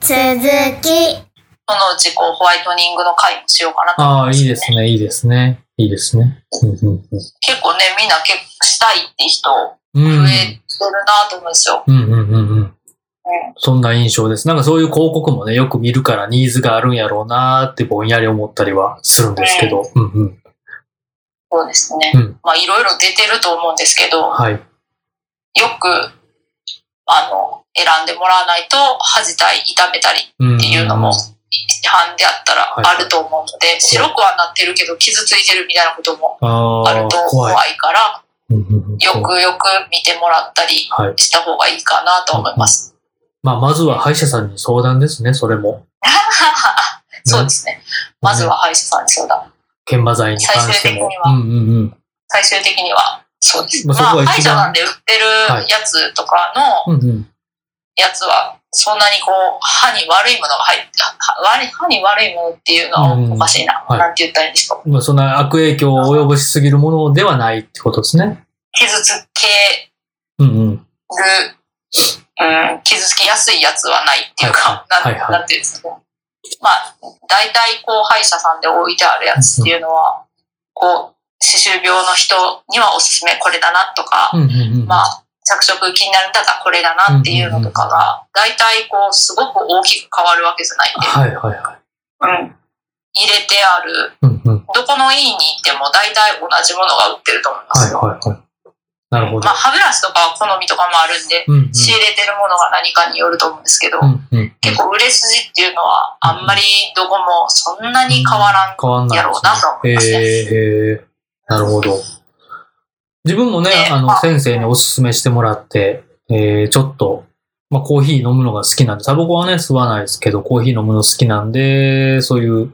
続き。そのうちこうホワイトニングの回もしようかなとあ思いあ、まいす、いですね、いいですね。いいですね。うんうんうん結構ね、みんな結構したいって人うん増えてるなと思うんですよ。うんうんうんうんうん。そんな印象です。なんかそういう広告もね、よく見るからニーズがあるんやろうなーってぼんやり思ったりはするんですけど。うんうん。そうですね。うんまあいろいろ出てると思うんですけど、よはい。く、あの、選んでもらわないと恥じたり痛めたりうん。っていうのも市販であったらはいあると思うので、白くはなってるけど傷ついてるみたいなこともああるあと、怖怖い。いから、うんうんうんよくよく見てもらったりはい。した方がいいかなと思います。まあ、まずは歯医者さんに相談ですね、それも。 そうですね。まずは歯医者さんに相談。研磨剤に関して最終的もに。はうんうんうん。最終的には、そうです。ままあそこあ、は一番歯医者なんで売ってるやつとかのうんうん。やつは、そんなにこう、歯に悪いものが入って、は悪い歯に悪いものっていうのはおかしいな。うんはないんて言ったらいいんですか。まあ、そんな悪影響を及ぼしすぎるものではないってことですね。傷つけうんうん。る、うん、傷つきやすいやつはないっていうか、はいはいなんはいなんていうんですかね。まあ、大体こう、歯医者さんで置いてあるやつっていうのは、こう、歯周病の人にはおすすめこれだなとか、うんうんうん。まあ、着色気になるんだったらこれだなっていうのとかが、大体こう、すごく大きく変わるわけじゃないはいはいはい。んで、うん、入れてある、うんうん。どこの家に行っても大体同じものが売ってると思いまはいす。はいはい。なるほどまあ、。歯ブラシとかは好みとかもあるんで、うんうん。仕入れてるものが何かによると思うんですけど、うんうんうん。結構売れ筋っていうのは、あんまりどこもそんなに変わらん。変わんないやろうなと思いますねへえなるほど。自分もねね、あの、まあ先生におすすめしてもらって、えーちょっと、まあ、コーヒー飲むのが好きなんで、タバコはね、吸わないですけど、コーヒー飲むの好きなんで、そういう、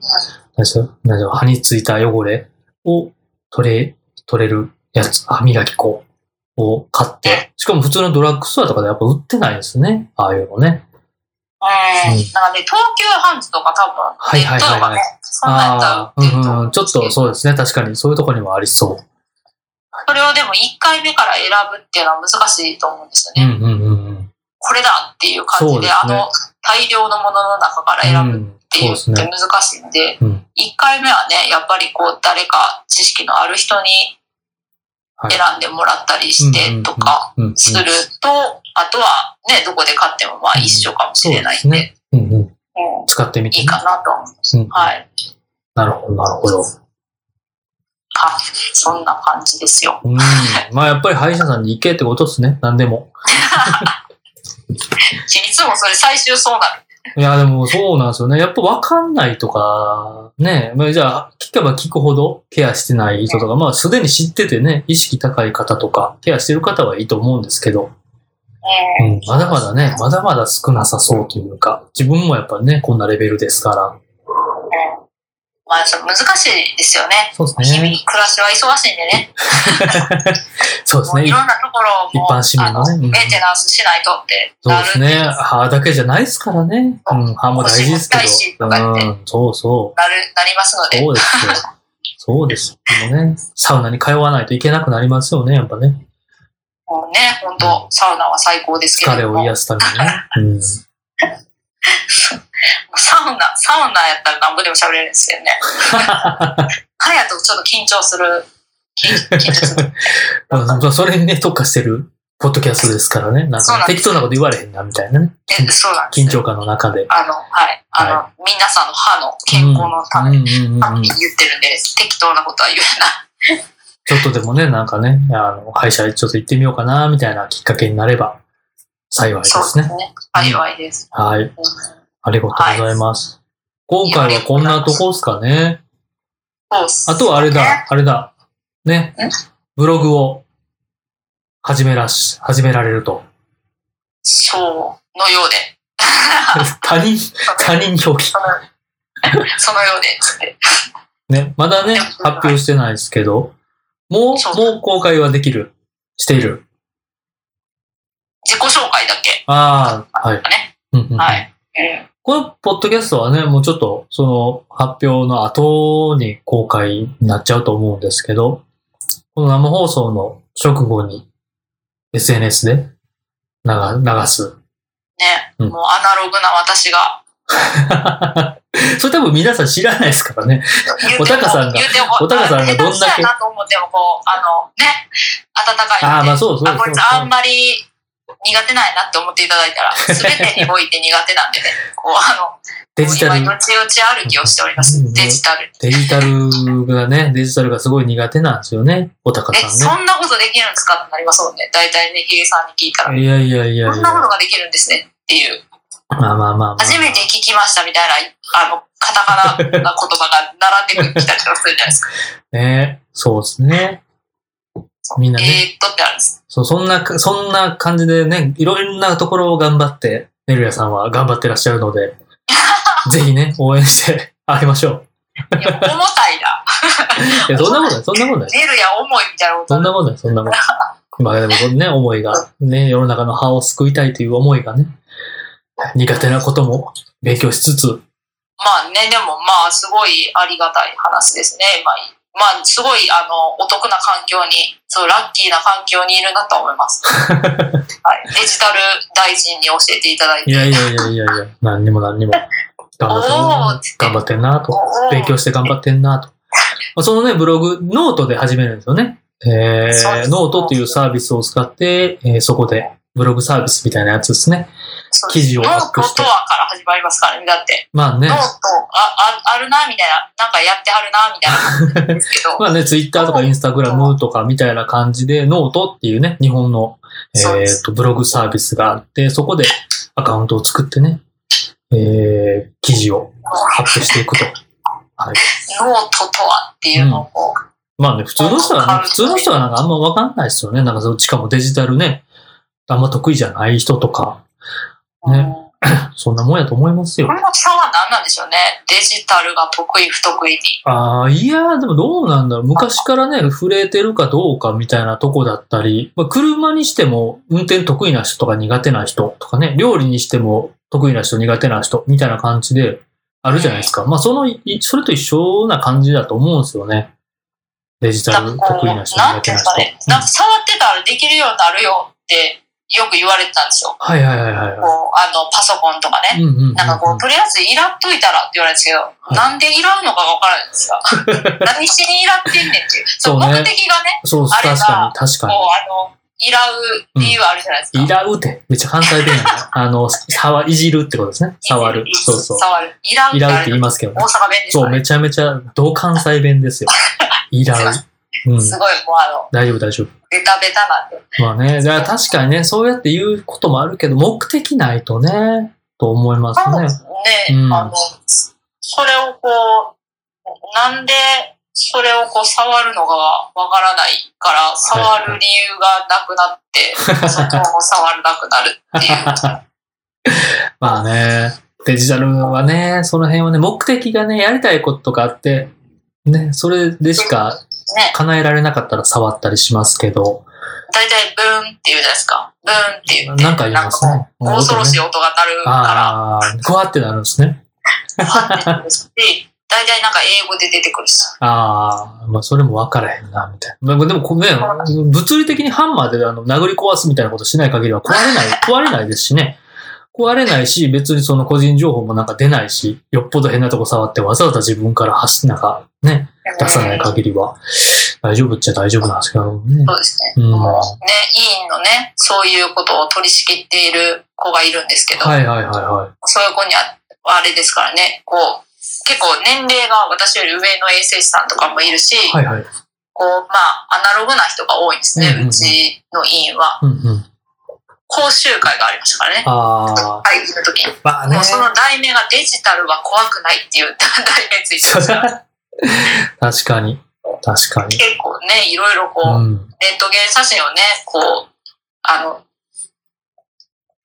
何でしょう、何でしょう、歯についた汚れを取れ、取れるやつ、歯磨き粉を買って、しかも普通のドラッグストアとかでやっぱ売ってないですね、ああいうのね。うん。うんなんかね、東急ハンズとか多分、はいネはッいトはいとかはいね、そんなんやったらあ売ってるとあ、う思んううんん、ちょっですけどとそうですね、確かに、そういうところにもありそう。それをでも1回目から選ぶっていうのは難しいと思うんですようね。んうんうんうん。これだっていう感じそで、うですねあの大量のものの中から選ぶっん、ていうってそうですね。難しいんで、うん1回目はね、やっぱりこう誰か知識のある人にはい選んでもらったりしてとかうんうん、すると、あとはね、どこで買ってもまあ一緒かもしれないんうんで、そううんうん。うん使ってみて。いいかなと思う。うんはい。なるほど、なるほど。はい。そんな感じですよ。うん。まあ、やっぱり歯医者さんに行けってことですね。何でも。いつもそれ最終そうなる。いや、でもそうなんですよね。やっぱ分かんないとか、ね。まあ、じゃあ、聞けば聞くほどケアしてない人とか、まあ、すでに知っててね、意識高い方とか、ケアしてる方はいいと思うんですけど、ううんん、まだまだね、まだまだ少なさそうというか、自分もやっぱね、こんなレベルですから。まあちょっと難しいですよね。そうです日々ね。暮らしは忙しいんでね。そうですもういね。ろんなところをもう一般市民のねあうんメンテナンスしないとってそうなでるすね。歯だけじゃないですからね。うん、歯も大事ですけ腰も痛いしとかど。ってうん、そうそなるなりますのう。で、そうですよ。そうですよね。サウナに通わないといけなくなりますよね、やっぱね。もうね、本当サウナは最高ですけ疲れれどをも、癒すため にね。サウナ、サウナやったらなんぼでも喋れるんですよ ね。はやとちょっと緊張する。緊緊張す る。うん。うんそれにね、特化してる、ポッドキャストですからね。なんそうかなんです適当なこと言われへんな、みたいなね。えそうなんです緊よ。張感の中で。あの、はい。あの、皆さんの歯の健康のためうんうんうんうんうんに言ってるんで、適当なことは言えない。ちょっとでもね、なんかね、あの、歯医者ちょっと行ってみようかな、みたいなきっかけになれば、幸いでそうですね。すね。幸いです。はい。ありがとうございます。今回はこんなとこですかね。そうっすあとはあれねだ、あれだ。ねん。ブログを始めらし、始められる と。そう、のようで。他人、他人表記。その そのようで、つって。ね。まだね、発表してないですけど、もそうう、もう公開はできる。している。自己紹介だけ。ああ、はい。ね。うんうんうんはい。うん。このポッドキャストはね、もうちょっと、その、発表の後に公開になっちゃうと思うんですけど、この生放送の直後に、SNS で流流す。 ね。うん もうアナログな私がそれ多分皆さん知らないですからね。言うてもおたかさんが言うてもおたかさんがどんだけあ下手くそやなと思っても、こう、あの、ね、温かいのでああ、まあそうそうそうあこいつあんまり苦手ないなって思っていただいた ら、すべてにおいて苦手なんでね、こう、あの、デジタル今、、よちよち歩きをしておりまうすん。デジタル。デジタルがね、デジタルがすごい苦手なんですよね。おたかえ、さそんなことできるんですかってなりますもんね。大体ね、ヒゲさんに聞いたら。んね。いやいやいやこいんや。なことまができるんですねっていう。あまあまあまあ。初めて聞きましたみたいな、あの、カタカナな言葉が並んできたりとかするじゃないですか。ねそうですね。みんなね、えーっとってあるんです。そう、そんな、そんな感じでね、いろんなところを頑張って、ねるやさんは頑張ってらっしゃるので、ぜひね、応援してあげましょいや重たいな。う。いや、そんなことない、そんなことない。ネルや重いみたいなことそんなことない、そんなことない。まあでもそのね、思いが、ね、世の中の歯を救いたいという思いがね、苦手なことも勉強しつつ、まあね、でもまあすごいありがたい話ですね。まあ、まあ、すごいあのお得な環境に、そうラッキーな環境にいるなと思い ます。はい、デジタル大臣に教えていただいいて。やいやいやいやいや、何にも何にも。頑張ってんおーなつっ、て頑張ってんなと。おー 勉強して頑張って んなと。まあそのね、ブログ、ノートで始めるんですよね。えそうでー、すノートっていうサービスを使って、えーそこで、ブログサービスみたいなやつですね。そう記事をアノッープトしとてはから始まりますからね。だって、まあねノー、トあああるな、みたいな、なんかやってはるな、みたいな感じですけ ど。まあね、ツイッターとかインスタグラムとかみたいな感じで、ノートっていうね、日本の、えそうでーすと、ブログサービスがあって、そこでアカウントを作ってね、えー、記事をアップしていくと。はい。ノートとはっていうのをこう、まあね、普通の人はね、普通の人はなんかあんまわかんないですよね。なんかその、しかもデジタルね、あんま得意じゃない人とか、うんねうんそんなもんやと思いますよこ。の差は何なんでしょうね。デジタルが得意、不得意に。ああ、いやー、でもどうなんだろう。昔からね、触れてるかどうかみたいなとこだったり、まあ、車にしても運転得意な人とか苦手な人とかね、料理にしても得意な人、苦手な人みたいな感じであるじゃないですか。まあ、その、いそれと一緒な感じだと思うんですよね。デジタル得意な人、なん苦て手いうんでなす人か。ね、なんか触ってたらできるようになるよってよく言われてたんですよ。はいはいはいはいこう、はあの、パソコンとかい。ね。うんうんうんうんなんかこう、とりあえずいらっといたらって言われるんですけど、いなんでいらんのかがわからないん ですよ。何しにいらってんねんっていう。そう、そうね目的がね、そう、あれが確かに、確こかう、に。あの、いらう理由あるじゃないですか。いらうて、めっちゃ関西弁 やね。あの、触、いじるってことですね。触る。そうそう。触る。いらういあらうっれて言いますけどね大。阪弁ですそかう、ね。めちゃめちゃ、同関西弁 ですよ。いらう。うん。すごい、もうあの、大丈夫、大丈ベタベタなんで。夫。まあね、だから確かにね、そうやって言うこともあるけど、目的ないとね、と思いますそうでね。すね、うんあの、それをこう、なんで、それをこう触るのがわからないから、触る理由がなくなって、そこも触らなくなるっていう。まあね、デジタルはね、その辺はね、目的がね、やりたいこととかあって、ね、それでしかね、叶えられなかったら触ったりしますけど、大体ブーンって言うじゃないですか。ブーンって言って。なんか言いますね。なんか恐ろしいい。音が鳴るかああ、ふわってなるんですね。ら、ファってなるし、大体なんか英語で出てくるし。ああ、まあそれも分からへんな、みたいな。まあでもこうね、物理的にハンマーであの殴り壊すみたいなことしない限りは壊れ ない、壊れないですしね。壊れないし、別にその個人情報もなんか出ないし、よっぽど変なとこ触ってわざわざ自分から発し、なんかね、出さない限りは、大丈夫っちゃ大丈夫なんですけどね。そうですね。うんもうね、委員のね、そういうことを取り仕切っている子がいるんですけど、はいはいはいはそういう子には、あれですからね、こう、結構年齢が私より上の衛生士さんとかもいるし、い。はいはい。こう、まあ、アナログな人が多いんですね、うんうんうんうちの委員は。うんうん。講習会がありましたからね。ああ、会議の時に。まあねもう。その題名がデジタルは怖くないっていう 題名 ついてましたから。確かに。確かに。結構ね、いろいろこう、うん。レントゲン写真をね、こう、あの、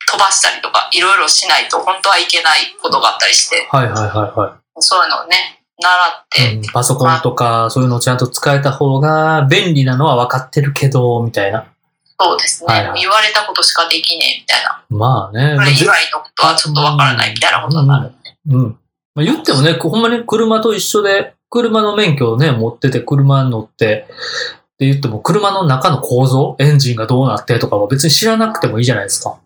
飛ばしたりとか、いろいろしないと本当はいけないことがあったりして、はいはいはいはい。そういうのをね、習うっんて、パソコンとか、そういうのをちゃんと使えた方が便利なのは分かってるけど、みたいな。そうですね、はいはい言われたことしかできねえみたいな、まあね。それ以ま外のことはちょっとわからないみたいなことになる。あうん。うんまあ、言ってもね、こうほんまに車と一緒で、車の免許をね、持ってて、車に乗って、って言っても、車の中の構造、エンジンがどうなってとかは別に知らなくてもいいじゃないですか。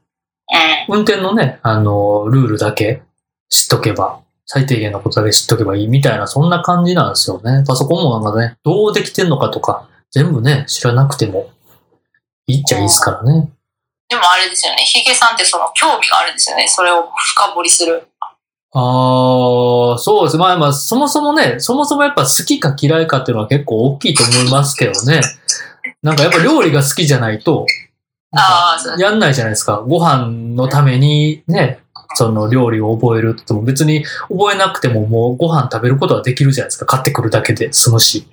うん。運転のね、あの、ルールだけ知っとけば、最低限のことだけ知っとけばいいみたいな、そんな感じなんですよね。パソコンもなんかね、どうできてんのかとか、全部ね、知らなくても、いいっちゃいいですからね。でもあれですよね、ヒゲさんってその興味があるんですよね、それを深掘りする。ああ、そうです。まあまあ、そもそもね、そもそもやっぱ好きか嫌いかっていうのは結構大きいと思いますけどね。なんかやっぱ料理が好きじゃないと、ああ、そうやんないじゃないですか。ご飯のためにね、その料理を覚えるって言っても別に覚えなくてももうご飯食べることはできるじゃないですか。買ってくるだけで済むし。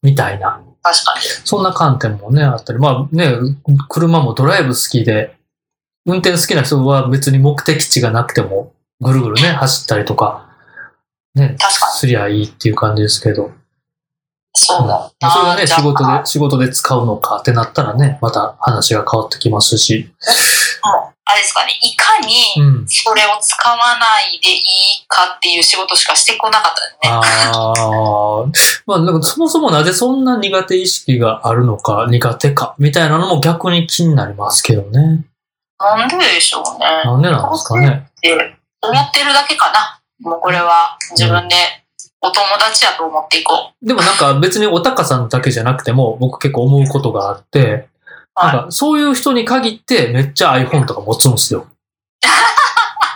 みたいな。確かに。そんな観点もね、あったり。まあね、車もドライブ好きで、運転好きな人は別に目的地がなくてもぐるぐるね、走ったりとか、ね、確かにすりゃいいっていう感じですけど。そうだ。うんそれがあね、ーじゃあ仕事で、仕事で使うのかってなったらね、また話が変わってきますし。あれですかね、いかにうん。それを使わないでいいかっていう仕事しかしてこなかったですね。ああ。まあ、なんかそもそもなぜそんな苦手意識があるのか、苦手か、みたいなのも逆に気になりますけどね。なんででしょうね。なんでなんですかね。って思ってるだけかな。もうこれは自分でお友達やと思っていこう。でもなんか別におたかさんだけじゃなくても、僕結構思うことがあって、はいなんかそういう人に限ってめっちゃ iPhone とか持つんで すよ。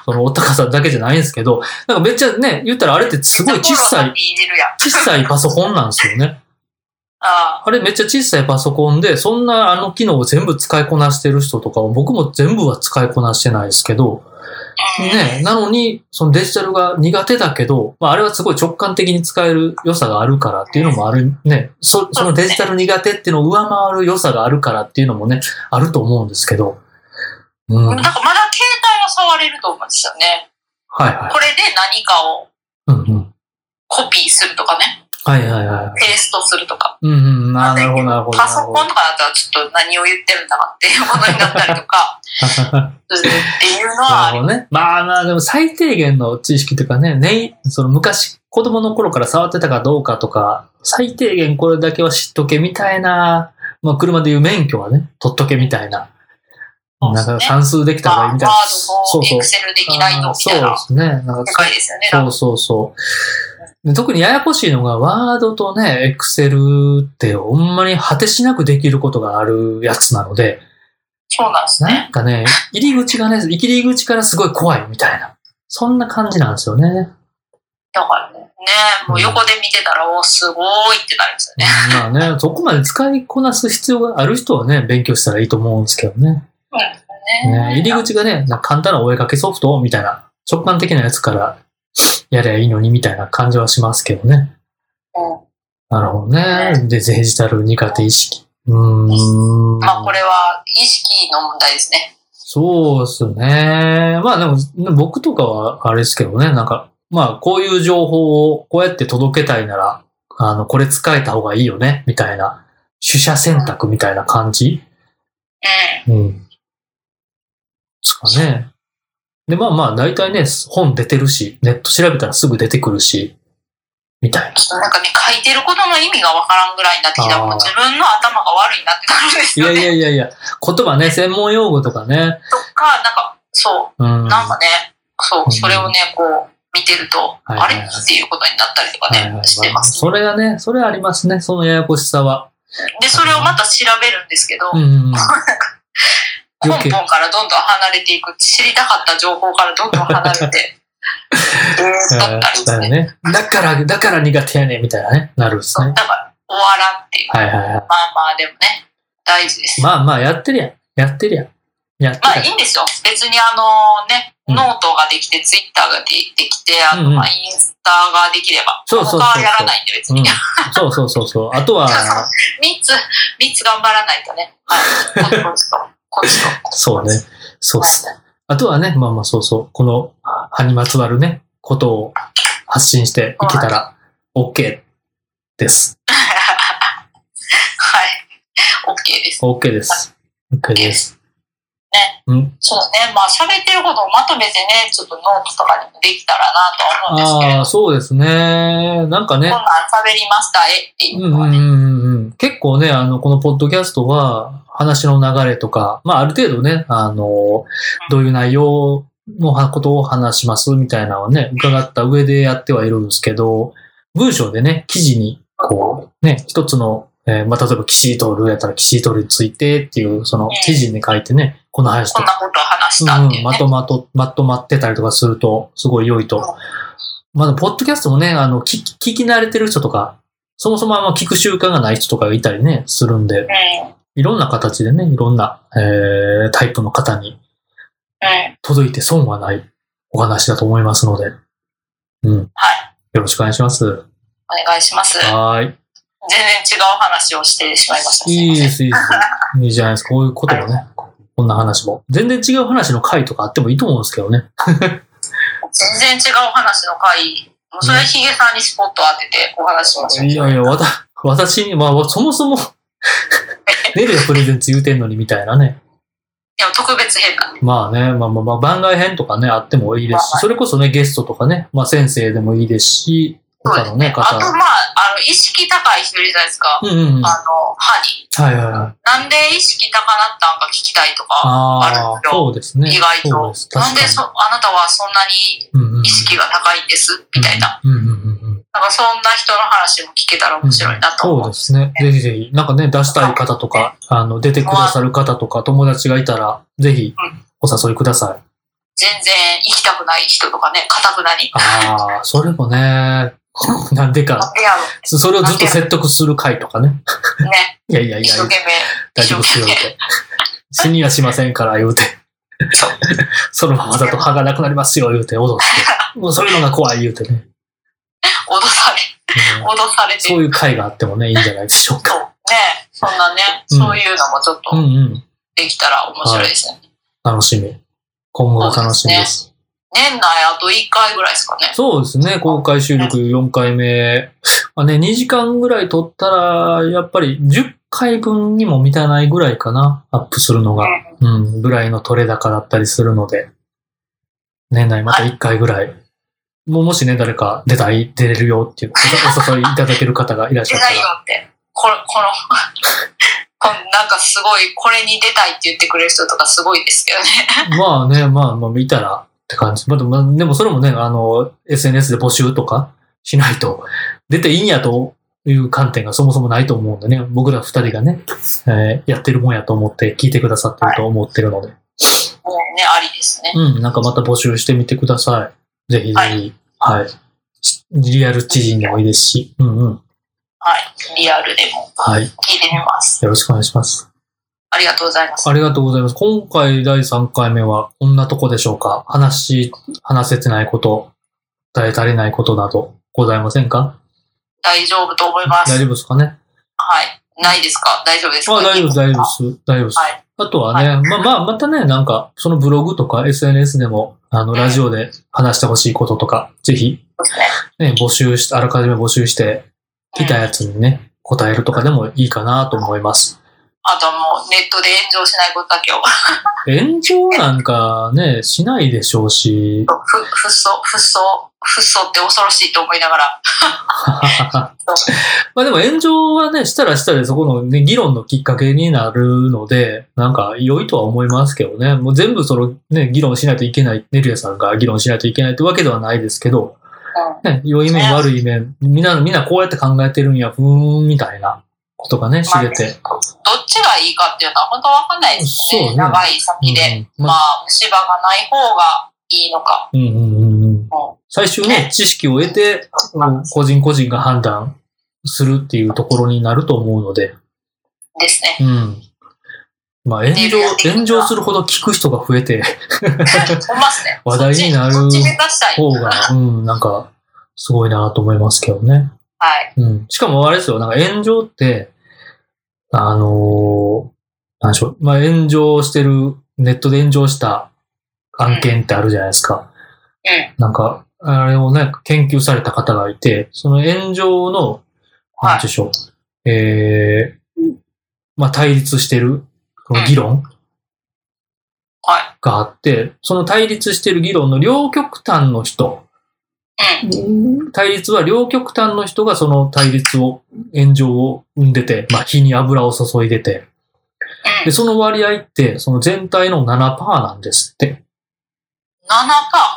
そのおたかさんだけじゃないんですけど、なんかめっちゃね、言ったらあれってすごい小さい、入れるやん。小さいパソコンなんですよね。ああれめっちゃ小さいパソコンで、そんなあの機能を全部使いこなしてる人とかは、僕も全部は使いこなしてないですけど、あ。うんね、なのに、そのデジタルが苦手だけど、まあ、あれはすごい直感的に使える良さがあるからっていうのもある、ね、そそのデジタル苦手っていうのを上回る良さがあるからっていうのもね、あると思うんですけど、うん。なはんいかまだ携帯は触れると思うんですよね。はこれで何かをい。うんうん。コピーするとかね。はいはいはい。ペーストするとか。うんうん。あーなるほどなるほど。パソコンとかだったらちょっと何を言ってるんだかっていうことになったりと か、ンするっていうのはなあるりほどね。まあまあ、でも最低限の知識というかね、ね、その昔、子供の頃から触ってたかどうかとか、最低限これだけは知っとけみたいな、まあ車でいう免許はね、取っとけみたいな。そうでなんすねか算数できたま方あワーがいいみドたいな。そうとそエうク。セルできないあのみたーそいうでなすね。なんか世界ですよね。そうそうそう。で特にややこしいのが、ワードとね、エクセルってほんまに果てしなくできることがあるやつなので、そうなんですね。なんかね、入り口がね、入り口からすごい怖いみたいな。そんな感じなんですよね。うんだからね、もう横で見てたら、おすごいってなるんですよね。まあ ね、そこまで使いこなす必要がある人はね、勉強したらいいと思うんですけどね。ね入り口がね、なんか簡単なお絵かけソフトみたいな、直感的なやつからやりゃいいのにみたいな感じはしますけどね。うんなるほどね。で、デジタル苦手意識。うーん。まあ、これは意識の問題ですね。そうですね。まあでも、僕とかはあれですけどね、なんか、まあこういう情報をこうやって届けたいなら、あの、これ使えた方がいいよね、みたいな、取捨選択みたいな感じうん。うん。ですかね。で、まあまあ、大体ね、本出てるし、ネット調べたらすぐ出てくるし、みたいな。なんかね、書いてることの意味がわからんぐらいになってきたら、あーもう自分の頭が悪いなってなるんですいよやいね。やいやいや、言葉ね、専門用語とかね。とか、なんか、そうう、ん。なんかね、そうう、それをね、こう、見てると、はいはあいれっていうことになったりとかはいはいねま、あしてますそね。れがね、それありますね、そのややこしさは。で、それをまた調べるんですけど、う根んうんうん。余計本からどんどん離れていく、知りたかった情報からどんどん離れ て、えーだったりですだねよ。ね。だから、だから苦手やねんみたいなね、なるんですそうね。だから終わらんっていう。はいはいはまあまあでもね、大事です。い。ままあまあ、やってるやん。やってるやん。やってあいいんですよ。別にあのね、うんノートができて、ツイッターができて、あうんうのんまあインスタができれば、そうそうそうそう他はやらないんで別たに。やん。う3ん。そうそうそうそう。あとは、つ、3つ頑張らないとね。はい。こっちこっちと、こっちと。そうね。そうっす。あとはね、まあまあそうそう。この、歯にまつわるね、ことを発信していけたら、OK です。はい。OK です。 OK です。OK です。ね。うん。そうね。まあ喋ってることをまとめてね、ちょっとノートとかにもできたらなとは思うんですけあど、あ、そうですね。なんかねこん、なん喋りましたえっていううんのうはんね。うんうん、結構ね、あの、このポッドキャストは、話の流れとか、まあ、ある程度ね、あの、どういう内容のことを話しますみたいなのをね、伺った上でやってはいるんですけど、文章でね、記事に、こう、ね、一つの、えーまあ、例えば、岸井徹やったら、岸井徹についてっていう、その記事に書いてね、この話とこんなことを話しうたん、っていううんね。まとまと、まとまってたりとかすると、すごい良いと。まあ、でもポッドキャストもね、あの、聞き、聞き慣れてる人とか、そもそもあんま聞く習慣がない人とかがいたりね、するんで、うん。うん。いろんな形でね、いろんな、えー、タイプの方に届いて損はないお話だと思いますので、うん。はい。よろしくお願いします。お願いします。全はーい。然違う話をしてしまいました。すいいいませんです、いいです。いいじゃないですか。こういうこともね、こんな話も。全然違う話の回とかあってもいいと思うんですけどね。全然違う話の回、もうそれはヒゲさんにスポット当ててお話ししましょう。いやいや、わた、 私に、まあ、そもそも、ネルがプレゼンツ言うてんのにみたいなね。 でも特別編だね。まあね、まあまあまあ、番外編とかね、あってもいいですし、それこそね、ゲストとかね、まあ先生でもいいですし、他のね、あと、方。まあ、あの、意識高い人いるじゃないですか。うんうんうん。はあの、歯に。いはいはい。なんで意識高なったんか聞きたいとか、あああ、るそうですね。意外とそうです。なん確でかにそ、あなたはそんなにうんうんうん意識が高いんですみたいな。。うんうんうんうん。なんかそんな人の話も聞けたら面白いなと思う。そうですね。ぜひぜひ、なんかね、出したい方とか、あの、出てくださる方とか、友達がいたら、ぜひうん、お誘いください。全然行きたくない人とかね、かたくなに。ああ、それもね、 なんでなんか、でやそれをずっと説得する回とかね。ろうね。いやいやい一生、や懸命。大丈夫ですよ、言うて。死にはしませんから、言うて。そう そのままだと歯がなくなりますよ、言うて、踊って。もうそういうのが怖い、言うてね。脅され、うん脅されてそういう回があってもね、いいんじゃないでしょうか。そうね、そんなね、うんそういうのもちょっうんとうん。できたら面白いですね。楽しみ。今後が楽しみです。年内あと1回ぐらいですかね。そうですね、公開収録4回目。まあね、2時間ぐらい撮ったら、やっぱり10回分にも満たないぐらいかな、アップするのが。うんうん、ぐらいの撮れ高だったりするので、年内また1回ぐらい。もうもしね、誰か出たい、出れるよっていう、おお誘いいただける方がいらっし出ゃったたいよら。って。この、 このこの、なんかすごい、これに出たいって言ってくれる人とかすごいですけどね。 まあね、まあまあ見たらって感じ。まあでも、まあでもそれもね、あの、SNS で募集とかしないと、出ていいんやという観点がそもそもないと思うんでね、僕ら二人がね、えーやってるもんやと思って聞いてくださってると思ってるので、もうね、ありですね。うん、なんかまた募集してみてください。ぜひぜひ、はい。しリアル知人でもいいですし、うんうん。はい。リアルでもはい。聞いてみます。よろしくお願いします。ありがとうございます。ありがとうございます。今回第3回目はこんなとこでしょうか話し、話せてないこと、伝え足りないことなどございませんか大丈夫と思いま大す。丈夫ですかねはい。ないですか大丈夫ですあか大丈夫です、大丈夫です。大丈夫です。はいあとはね、まあまあ、またね、なんか、そのブログとか SNS でも、あの、うんラジオで話してほしいこととか、ぜひ、ですね。ね、募集して、あらかじめ募集して、来たやつにね、答えるとかでもいいかなと思います。あとはもうネットで炎上しないことだけを。炎上なんかね、しないでしょうし、ふ、ふっそ、ふっそ、ふっそって恐ろしいと思いながら。 まあでも炎上はね、したらしたでそこの、ね、議論のきっかけになるので、なんか良いとは思いますけどね。もう全部そのね、議論しないといけない、ネルヤさんが議論しないといけないってわけではないですけど、うんね、良い面悪い面、みんな、みんなこうやって考えてるんや、ふーん、みたいなことがね、知れて。まあどっちがいいかっていうのは本当わかんないですそうね。ね長い先で。うんうんまあ、虫歯がない方がいいのか。うんうんうんうんも最終ね、知識を得て、うん個人個人が判断するっていうところになると思うので、うです ね。うん。まあ、炎ネル上ヤ、的な炎上するほど聞く人が増えて、ほんまっすね。話題になるそっちそっち目指したい。方が、うん、なんか、すごいなと思いますけどね。はい。うん。しかもあれですよ、なんか炎上って、あのーなんでしょう、まあ、炎上してる、ネットで炎上した案件ってあるじゃないですか。うん。なんか、あれをね、研究された方がいて、その炎上の、はいなんでしょう、えーまあ、対立してる、この議論はがあって、その対立してる議論の両極端の人、い。うん。対立は両極端の人がその対立を、炎上を生んでて、まあ、火に油を注いでて、で、その割合って、その全体の7%なんですって。 7%。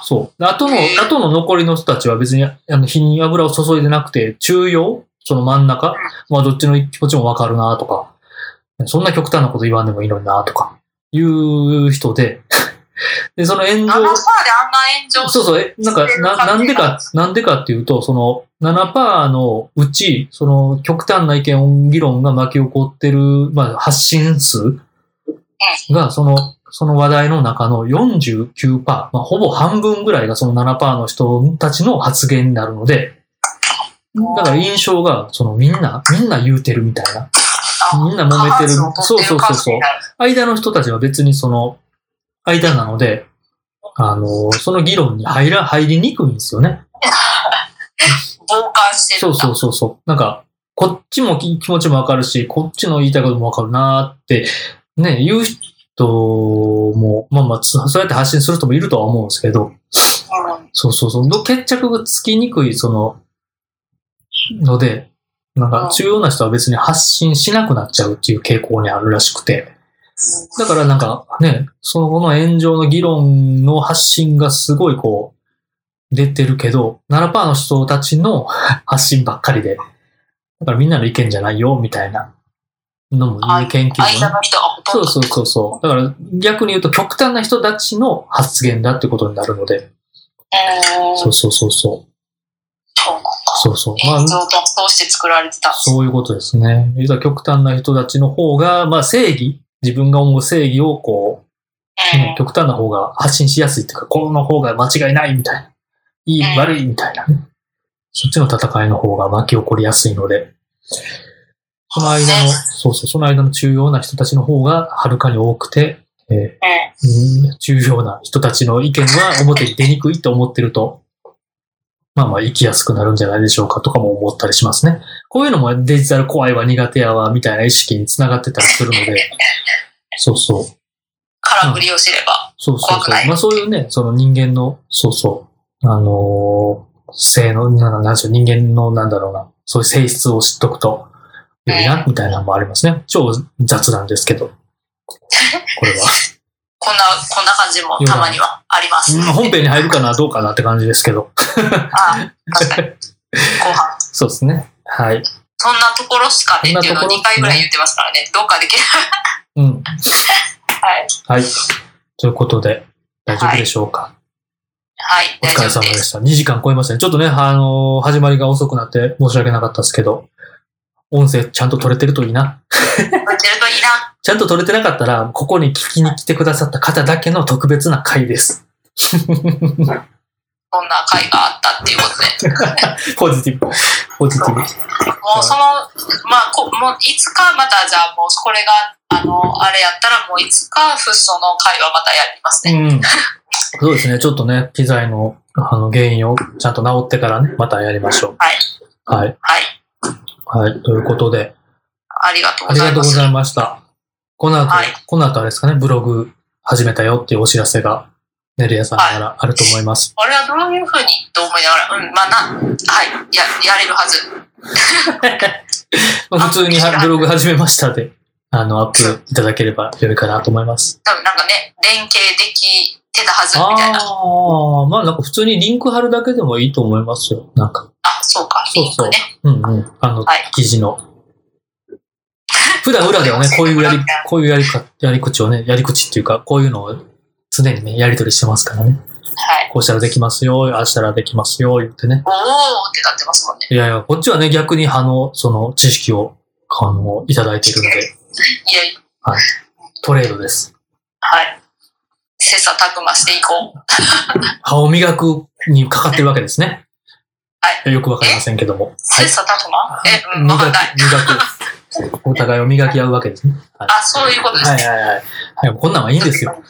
そう。であとの、へーあとの残りの人たちは別に、あの、火に油を注いでなくて、中央その真ん中まあ、どっちの気持ちもわかるなとか、そんな極端なこと言わんでもいいのになとか、いう人で、 で、その炎7%であんな上、炎上そうそう、え、なんか、な、なんでか、なんでかっていうと、その、7%のうち、その、極端な意見、議論が巻き起こってる、まあ、発信数が、その、その話題の中の49%、まあ、ほぼ半分ぐらいがその7%の人たちの発言になるので、だから印象が、その、みんな、みんな言うてるみたいな。みんな揉めてる。過半数そをう取ってるそうそう数そうみ。たいな間の人たちは別にその、間なので、あの、その議論に入ら、入りにくいんですよね。傍観してそるんうだ。そうそうそう。なんか、こっちもき気持ちもわかるし、こっちの言いたいこともわかるなーって、ね、言う人も、まあまあ、つそうやって発信する人もいるとは思うんですけど、うんそうそうそう、ど決着がつきにくい、その、ので、なんうんか、重要な人は別に発信しなくなっちゃうっていう傾向にあるらしくて。だからなんかね、その後の炎上の議論の発信がすごいこう、出てるけど、7%の人たちの 発信ばっかりで、だからみんなの意見じゃないよ、みたいなのもいう研究も間ね。の人がほとそんうど。そうそうそう。だから逆に言うと極端な人たちの発言だってことになるので、うんそうそうそうそう。そうなんだそうそう。まあ映像と通して作られてた。そういうことですね。言うたら極端な人たちの方が、まあ正義、自分が思う正義をこうう、んね、極端な方が発信しやすいっていうか、この方が間違いないみたいな。いい、うん悪いみたいなね。そっちの戦いの方が巻き起こりやすいので、その間の、ねそうそう、その間の重要な人たちの方がはるかに多くて、えうんーうん重要な人たちの意見は表に出にくいと思ってると、まあまあ生きやすくなるんじゃないでしょうかとかも思ったりしますね。こういうのもデジタル怖いわ、苦手やわ、みたいな意識につながってたりするので、そうそう。空振りをすれば。そうそ怖うそくうな。いまあそういうね、その人間の、そうそう、あのー性の、なんなんでしょう、人間の、なんだろうな、そういう性質を知っとくと、よりな、みたいなのもありますね。超雑談ですけど。これは。 こんな、こんな感じもたまにはあります。うん本編に入るかな、どうかなって感じですけど。あ確かに。後半。そうですね。はい。そんなところしかねっていうのを2回ぐらい言ってますからね。どっかできる。うん。はい。はい。ということで、大丈夫でしょうか。はい。お大疲丈れ夫様で。ですした。2時間超えましたね。ちょっとね、あのー始まりが遅くなって申し訳なかったですけど、音声ちゃんと取れてるといいな。向いてるといいな。ちゃんと取れてなかったら、ここに聞きに来てくださった方だけの特別な回です。こんな回があったっていう ことで。ポジティブ。ポジティブ。もうその、まあ、こもういつかまたじゃあもうこれが、あの、あれやったらもういつかフッ素の回はまたやりますね。うん。そうですね。ちょっとね、機材のあの原因をちゃんと治ってからね、またやりましょう。はい。はい。はい。はい。ということで、ありがとうごありざがいとうまごす。ざいました。この後、はいこの後あれですかね、ブログ始めたよっていうお知らせが、ネルヤさんからあると思います。俺はどういうふうにと思いながら、うん、まあな、はい、や、やれるはず。まあ普通にあブログ始めましたで、あの、アップいただければよいかなと思います。多分なんかね、連携できてたはずみたいな。ああ、まあなんか普通にリンク貼るだけでもいいと思いますよ。なんか、あ、そうか、そリうンそうクね。うんうん。あの、はい記事の。普段裏 ではね、こういうやり、こういうやりか、やり口をね、やり口っていうか、こういうのを常にね、やり取りしてますからね。はい。こうしたらできますよ、ああしたらできますよ、言ってね。おーってなってますもんね。いやいや、こっちはね、逆に、あの、その知識を、あの、いただいてるんで、いやいや、トレードです。はい。切磋琢磨していこう。歯を磨くにかかってるわけですね。。はいよくわかりませんけども。はい切磋琢磨え、うん、わ磨かんない。き、磨く。お互いを磨き合うわけですね。はいあ、そういうことですはいね。はいはい。はい、こんなんはいいんですよ。はい。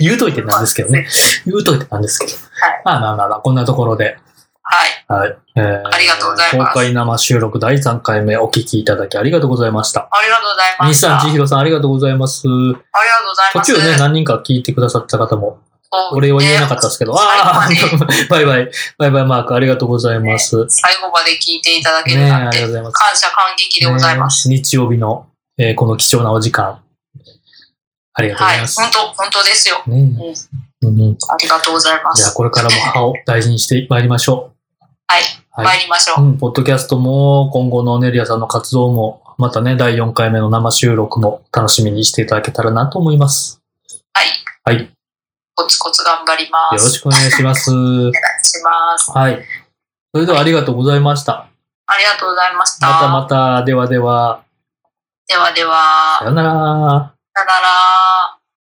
言うといてなんですけどね。言うといてなんですけど。はいまあまあまあまあ、こんなところで。はい。はい。えーありがとうございます公開生収録第3回目お聞きいただきありがとうございました。ありがとうございま西す。さん、あ千り尋さんありがとうございます。がとうござい途ます。中ね、何人か聞いてくださった方も、お礼は言えなかったですけど、ねああ最後まで、 バイバイ、バイバイマークありがとうございます。最後まで聞いていただけねるえ、なんありて、がとうございます。感謝感激でございます。ね日曜日の、えーこの貴重なお時間、ありがとうごはざいいます。本当、本当ですよ。ねえうんうん、ありがとうございまじゃあ、す。これからも歯を大事にしてまいりましょはい、う。はい参。りましょう。うん、ポッドキャストも、今後のネリアさんの活動も、またね、第4回目の生収録も楽しみにしていただけたらなと思います。はい。はい。よコツコツ頑張ります。ろしくお願いします。お願いします。はい。それではありがとうございました。ありがとうございました。またまた、ではでは、ではでは、ささよよなら。なら。